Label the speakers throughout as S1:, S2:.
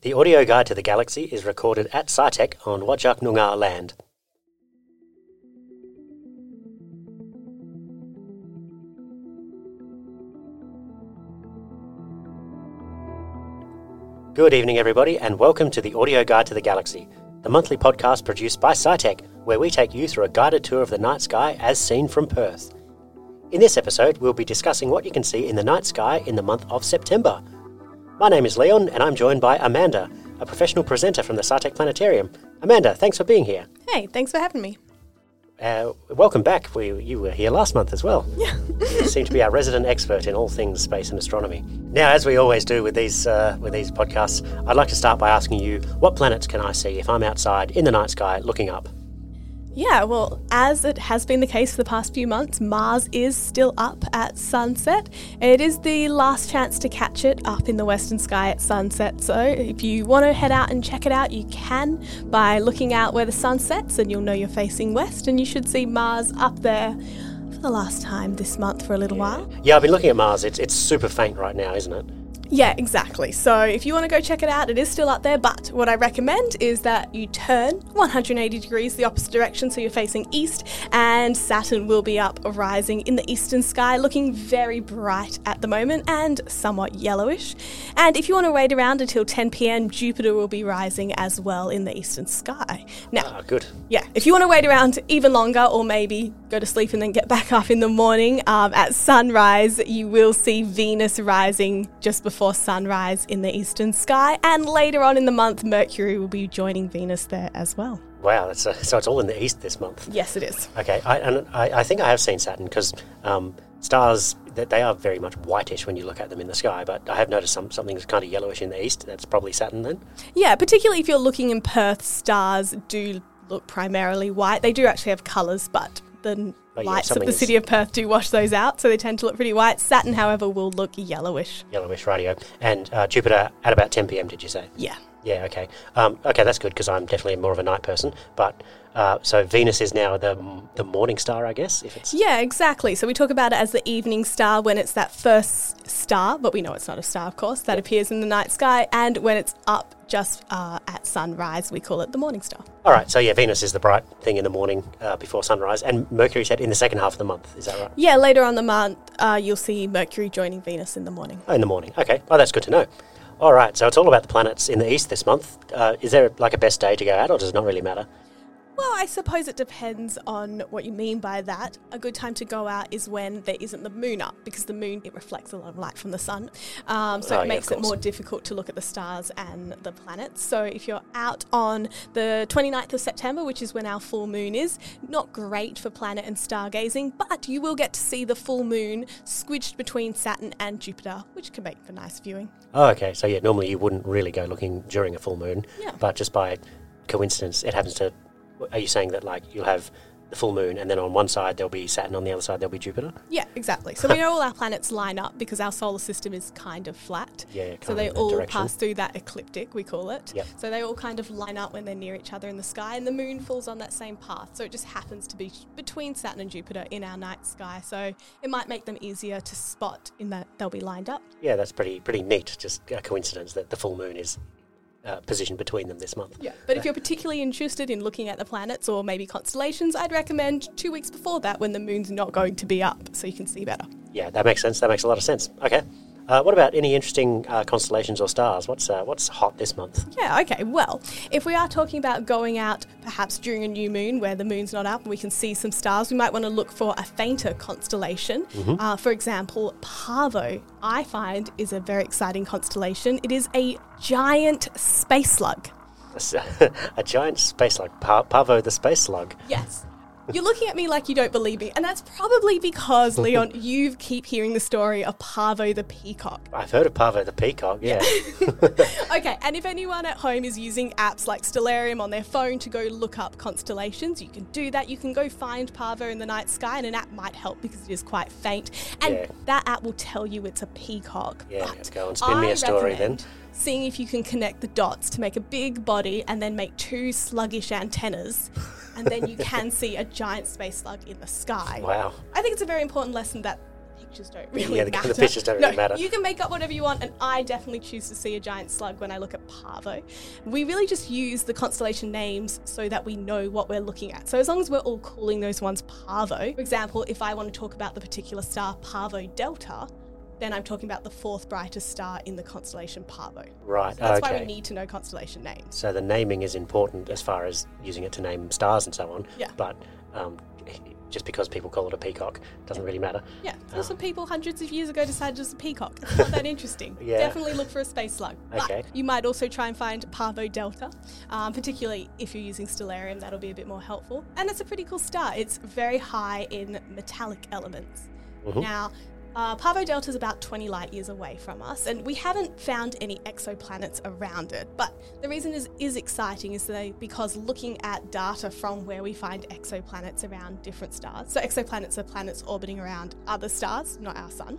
S1: The audio guide to the galaxy is recorded at SciTech on Wajak Noongar land. Good evening, everybody, and welcome to the Audio Guide to the Galaxy, the monthly podcast produced by SciTech, where we take you through a guided tour of the night sky as seen from Perth. In this episode, we'll be discussing what you can see in the night sky in the month of September. My name is Leon, and I'm joined by Amanda, a professional presenter from the SciTech Planetarium. Amanda, thanks for being here.
S2: Hey, thanks for having me.
S1: Uh, welcome back. We, you were here last month as well. Yeah. you seem to be our resident expert in all things space and astronomy. Now, as we always do with these uh, with these podcasts, I'd like to start by asking you, what planets can I see if I'm outside in the night sky looking up?
S2: Yeah, well, as it has been the case for the past few months, Mars is still up at sunset. It is the last chance to catch it up in the western sky at sunset, so if you want to head out and check it out, you can by looking out where the sun sets and you'll know you're facing west and you should see Mars up there for the last time this month for a little while.
S1: Yeah, I've been looking at Mars. It's it's super faint right now, isn't it?
S2: Yeah, exactly. So if you want to go check it out, it is still up there. But what I recommend is that you turn 180 degrees the opposite direction so you're facing east, and Saturn will be up rising in the eastern sky, looking very bright at the moment and somewhat yellowish. And if you want to wait around until 10 pm, Jupiter will be rising as well in the eastern sky. Now,
S1: Ah, good.
S2: yeah, if you want to wait around even longer or maybe go to sleep and then get back up in the morning um, at sunrise, you will see Venus rising just before sunrise in the eastern sky. And later on in the month, Mercury will be joining Venus there as well.
S1: Wow, that's uh so it's all in the east this month.
S2: Yes, it is.
S1: Okay, I, and I, I think I have seen Saturn because um, stars that they are very much whitish when you look at them in the sky. But I have noticed some something's kind of yellowish in the east. That's probably Saturn then.
S2: Yeah, particularly if you're looking in Perth, stars do look primarily white. They do actually have colours, but the
S1: But yeah,
S2: lights of
S1: something
S2: the
S1: is-
S2: city of Perth do wash those out, so they tend to look pretty white. Saturn, however, will look yellowish.
S1: Yellowish radio and uh, Jupiter at about 10 p.m. Did you say?
S2: Yeah.
S1: Yeah. Okay. Um, okay, that's good because I'm definitely more of a night person. But uh, so Venus is now the the morning star, I guess. If it's
S2: Yeah, exactly. So we talk about it as the evening star when it's that first star, but we know it's not a star, of course, that appears in the night sky. And when it's up just uh, at sunrise, we call it the morning star.
S1: all right. So yeah, Venus is the bright thing in the morning uh, before sunrise, and Mercury's at in the second half of the month. Is that right?
S2: Yeah, later on the month, uh, you'll see Mercury joining Venus in the morning.
S1: Oh, in the morning. Okay. Oh, that's good to know. All right. So it's all about the planets in the east this month. Uh, is there like a best day to go out, or does it not really matter?
S2: Well, I suppose it depends on what you mean by that. A good time to go out is when there isn't the moon up because the moon it reflects a lot of light from the sun,
S1: Oh,
S2: um, so
S1: yeah,
S2: it
S1: of
S2: makes it
S1: course.
S2: more difficult to look at the stars and the planets. So if you're out on the 29th of September, which is when our full moon is, not great for planet and stargazing, but you will get to see the full moon squidged between Saturn and Jupiter, which can make for nice viewing.
S1: Oh, okay. So yeah, normally you wouldn't really go looking during a full moon,
S2: Yeah.
S1: but just by coincidence, it happens to. Are you saying that like you'll have the full moon, and then on one side there'll be Saturn, on the other side there'll be Jupiter?
S2: Yeah, exactly. So we know all our planets line up because our solar system is kind of flat.
S1: Yeah, kind
S2: so
S1: of
S2: they
S1: in that
S2: all
S1: direction.
S2: pass through that ecliptic, we call it.
S1: Yep.
S2: So they all kind of line up when they're near each other in the sky, and the moon falls on that same path. So it just happens to be sh- between Saturn and Jupiter in our night sky. So it might make them easier to spot in that they'll be lined up.
S1: Yeah, that's pretty pretty neat. Just a coincidence that the full moon is uh, positioned between them this month.
S2: Yeah. But if you're particularly interested in looking at the planets or maybe constellations, I'd recommend two weeks before that when the moon's not going to be up so you can see better.
S1: Yeah, that makes sense. That makes a lot of sense. Okay. Uh, what about any interesting uh, constellations or stars? What's uh, what's hot this month?
S2: Yeah, okay. Well, if we are talking about going out perhaps during a new moon where the moon's not up and we can see some stars, we might want to look for a fainter constellation. Uh, for example, Parvo, I find, is a very exciting constellation. It is a giant space slug.
S1: A, giant space slug, Par- Parvo the space slug.
S2: Yes. You're looking at me like you don't believe me, and that's probably because, Leon, you keep hearing the story of Parvo the peacock.
S1: I've heard of Parvo the peacock. Yeah.
S2: Okay, and if anyone at home is using apps like Stellarium on their phone to go look up constellations, you can do that. You can go find Parvo in the night sky, and an app might help because it is quite faint. And
S1: Yeah.
S2: that app will tell you it's a peacock.
S1: Yeah,
S2: But
S1: go and spin me
S2: I
S1: a story then.
S2: recommend Seeing if you can connect the dots to make a big body and then make two sluggish antennas, and then you can see a giant space slug in the sky.
S1: wow.
S2: I think it's a very important lesson that pictures don't really
S1: Yeah, the- the
S2: matter.
S1: pictures don't
S2: No,
S1: really matter.
S2: You can make up whatever you want, and I definitely choose to see a giant slug when I look at Parvo. We really just use the constellation names so that we know what we're looking at. So as long as we're all calling those ones Parvo, for example, if I want to talk about the particular star Parvo Delta, then I'm talking about the fourth brightest star in the constellation Parvo.
S1: Right.
S2: That's
S1: okay.
S2: why we need to know constellation names.
S1: so the naming is important as far as using it to name stars and so on.
S2: Yeah.
S1: But um, just because people call it a peacock doesn't really matter.
S2: Yeah, so
S1: Ah.
S2: some people hundreds of years ago decided it's a peacock. It's not that interesting.
S1: Yeah.
S2: Definitely look for a space slug.
S1: Okay.
S2: But you might also try and find Parvo Delta, um, particularly if you're using Stellarium, that'll be a bit more helpful. And it's a pretty cool star. It's very high in metallic elements.
S1: Mhm.
S2: Now, uh, Parvo Delta is about 20 light years away from us, and we haven't found any exoplanets around it. But the reason is is exciting is they, because looking at data from where we find exoplanets around different stars, so exoplanets are planets orbiting around other stars, not our sun,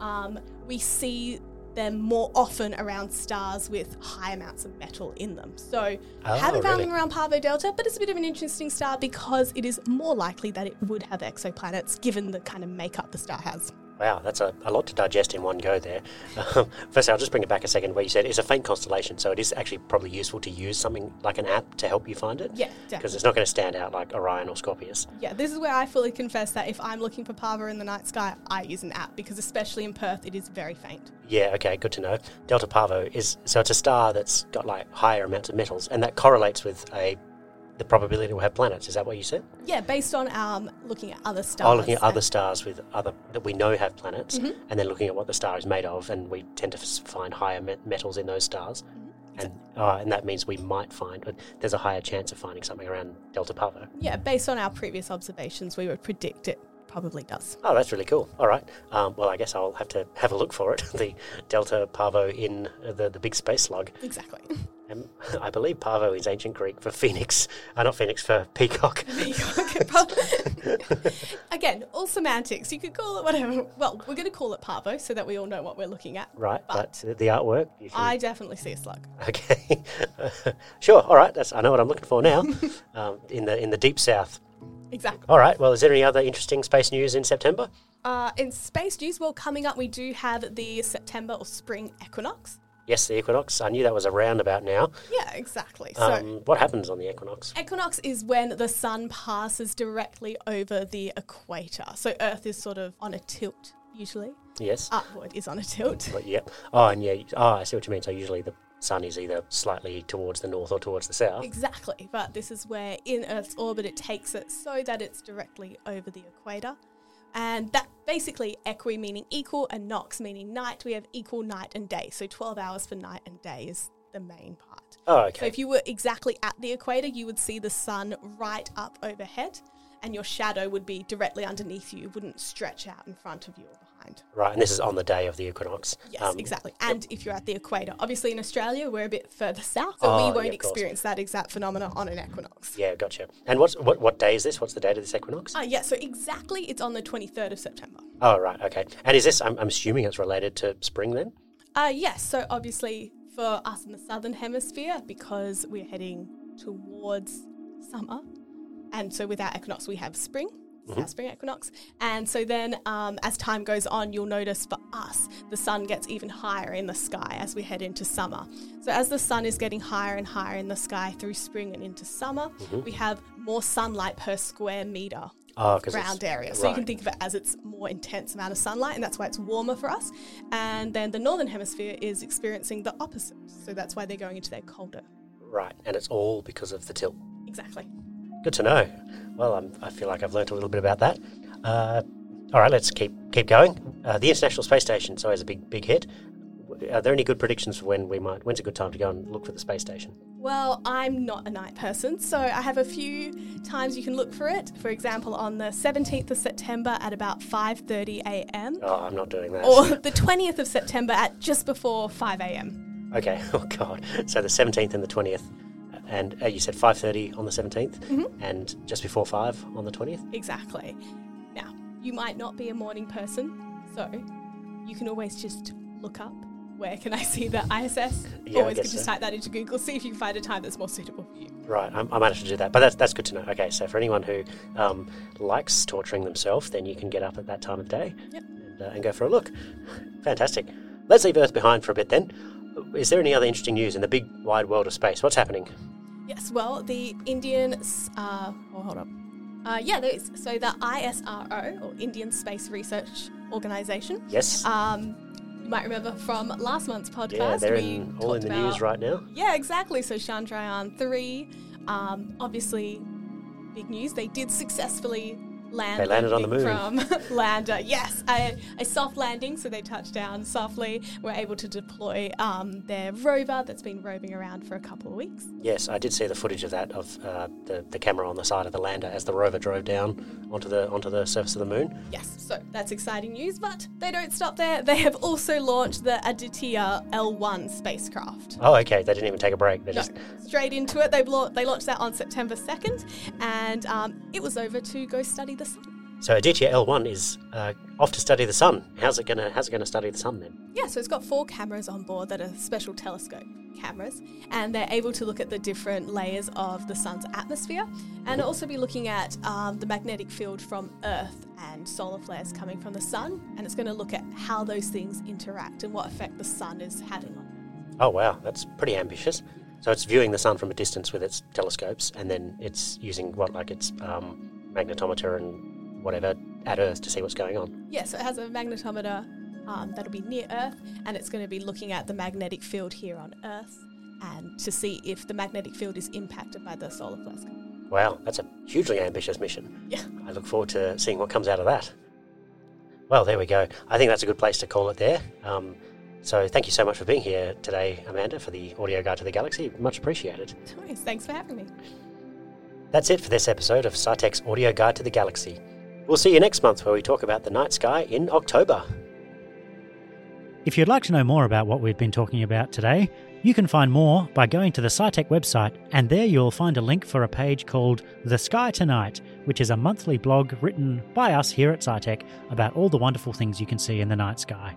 S2: um, we see them more often around stars with high amounts of metal in them. So
S1: Oh,
S2: haven't found
S1: really?
S2: them around Parvo Delta, but it's a bit of an interesting star because it is more likely that it would have exoplanets given the kind of makeup the star has.
S1: Wow, that's a, a lot to digest in one go there. Um, firstly, I'll just bring it back a second where you said it's a faint constellation, so it is actually probably useful to use something like an app to help you find it.
S2: Yeah,
S1: Because
S2: definitely.
S1: it's not going to stand out like Orion or Scorpius.
S2: Yeah, this is where I fully confess that if I'm looking for Parvo in the night sky, I use an app because especially in Perth, it is very faint.
S1: Yeah, okay, good to know. Delta Parvo is so it's a star that's got like higher amounts of metals, and that correlates with a the probability we'll have planets. Is that what you said?
S2: Yeah, based on um, looking at other stars.
S1: Oh, looking at other stars with other that we know have planets, and then looking at what the star is made of, and we tend to f- find higher met- metals in those stars, and uh, and that means we might find uh, there's a higher chance of finding something around Delta Parvo.
S2: Yeah, based on our previous observations, we would predict it probably does.
S1: Oh, that's really cool. All right. Um, well, I guess I'll have to have a look for it. the Delta Parvo in uh, the the big space slug.
S2: Exactly.
S1: Um, I believe Parvo is ancient Greek for phoenix. Uh, not phoenix for peacock.
S2: Again, all semantics. You could call it whatever. Well, we're going to call it Parvo so that we all know what we're looking at.
S1: Right, but
S2: But-
S1: the the artwork. You can,
S2: I definitely see a slug.
S1: Okay, sure. All right, that's I know what I'm looking for now. um, in the in the deep south.
S2: Exactly.
S1: All right. Well, is there any other interesting space news in September?
S2: Uh, in space news, well, coming up, we do have the September or spring equinox.
S1: Yes, the equinox. I knew that was a roundabout now.
S2: Yeah, exactly. So.
S1: Um, what happens on the equinox?
S2: Equinox is when the sun passes directly over the equator. So Earth is sort of on a tilt, usually.
S1: Yes.
S2: Upward is on a tilt.
S1: But yeah. Oh, and yeah. Oh, I see what you mean. So usually the sun is either slightly towards the north or towards the south.
S2: Exactly, but this is where in Earth's orbit it takes it so that it's directly over the equator. And that basically equi meaning equal and nox meaning night. We have equal night and day. So 12 hours for night and day is the main part.
S1: Oh,
S2: So
S1: okay.
S2: if you were exactly at the equator, you would see the sun right up overhead and your shadow would be directly underneath you. It wouldn't stretch out in front of you or behind.
S1: Right, and this is on the day of the equinox.
S2: Yes,
S1: Um,
S2: exactly. And if you're at the equator, obviously in Australia, we're a bit further south, so
S1: Oh,
S2: we won't
S1: yeah, of course.
S2: experience that exact phenomena on an equinox.
S1: Yeah, gotcha. And what's what what day is this? What's the date of this equinox?
S2: Ah, yeah, so exactly it's on the 23rd of September.
S1: Oh, right, okay. And is this? I'm, I'm assuming it's related to spring then.
S2: Uh, yes, so obviously for us in the southern hemisphere, because we're heading towards summer, and so with our equinox, we have spring. it's Our spring equinox, and so then um, as time goes on, you'll notice for us the sun gets even higher in the sky as we head into summer. So as the sun is getting higher and higher in the sky through spring and into summer, we have more sunlight per square meter
S1: Oh, because
S2: round area. So you can think of it as it's more intense amount of sunlight, and that's why it's warmer for us. And then the northern hemisphere is experiencing the opposite, so that's why they're going into their colder.
S1: right, and it's all because of the tilt.
S2: Exactly.
S1: Good to know. Well, I'm, I feel like I've learnt a little bit about that. Uh, all right, let's keep keep going. Uh, the International Space Station is always a big big hit. Are there any good predictions for when we might? When's a good time to go and look for the space station?
S2: Well, I'm not a night person, so I have a few times you can look for it. For example, on the 17th of September at about 5:30 a.m.
S1: Oh, I'm not doing that.
S2: or the 20th of September at just before 5 a.m.
S1: Okay. Oh God. So the seventeenth and the twentieth, and uh, you said five thirty on the 17th and just before five on the twentieth.
S2: Exactly. Now, you might not be a morning person, so you can always just look up where can I see the ISS.
S1: Yeah, I
S2: always
S1: guess
S2: could just
S1: so.
S2: type that into Google, see if you can find a time that's more suitable for you.
S1: Right. I, I managed to do that, but that's that's good to know. Okay. So for anyone who um, likes torturing themselves, then you can get up at that time of day.
S2: Yep.
S1: and, uh, and go for a look. Fantastic. Let's leave Earth behind for a bit then. Is there any other interesting news in the big wide world of space? What's happening?
S2: Yes, well, the Indian. s- Uh, oh, hold up. Uh, yeah, there is. So the ISRO, or Indian Space Research Organization,
S1: Yes.
S2: um, you might remember from last month's podcast.
S1: yeah, they're
S2: we
S1: in, all in
S2: talked
S1: the
S2: about-
S1: news right now.
S2: Yeah, exactly. So Chandrayaan 3, um, obviously, big news. They did successfully land.
S1: They landed on the
S2: landing From lander, yes. A, a soft landing, so they touched down softly, were able to deploy um, their rover that's been roving around for a couple of weeks.
S1: Yes, I did see the footage of that of uh, the, the camera on the side of the lander as the rover drove down onto the onto the surface of the moon.
S2: Yes, so that's exciting news, but they don't stop there. They have also launched the Aditya L1 spacecraft.
S1: Oh, okay. They didn't even take a break. They
S2: No,
S1: just
S2: straight into it. They blo- they launched that on September 2nd, and um, it was over to go study the sun.
S1: so Aditya L one is uh, off to study the sun. How's it gonna How's it gonna study the sun then?
S2: Yeah, so it's got four cameras on board that are special telescope cameras, and they're able to look at the different layers of the sun's atmosphere, and also be looking at um, the magnetic field from Earth and solar flares coming from the sun, and it's going to look at how those things interact and what effect the sun is having on them.
S1: Oh wow, that's pretty ambitious. So it's viewing the sun from a distance with its telescopes, and then it's using what like its um, magnetometer and whatever at Earth to see what's going on.
S2: Yeah, so it has a magnetometer um, that'll be near Earth, and it's going to be looking at the magnetic field here on Earth and to see if the magnetic field is impacted by the solar flares. coming.
S1: Wow, that's a hugely ambitious mission.
S2: Yeah.
S1: I look forward to seeing what comes out of that. Well, there we go. I think that's a good place to call it there. Um, so thank you so much for being here today, Amanda, for the audio guide to the galaxy. Much appreciated.
S2: Nice. Thanks for having me.
S1: That's it for this episode of SciTech's audio guide to the galaxy. We'll see you next month where we talk about the night sky in October.
S3: If you'd like to know more about what we've been talking about today, you can find more by going to the SciTech website, and there you'll find a link for a page called The Sky Tonight, which is a monthly blog written by us here at SciTech about all the wonderful things you can see in the night sky.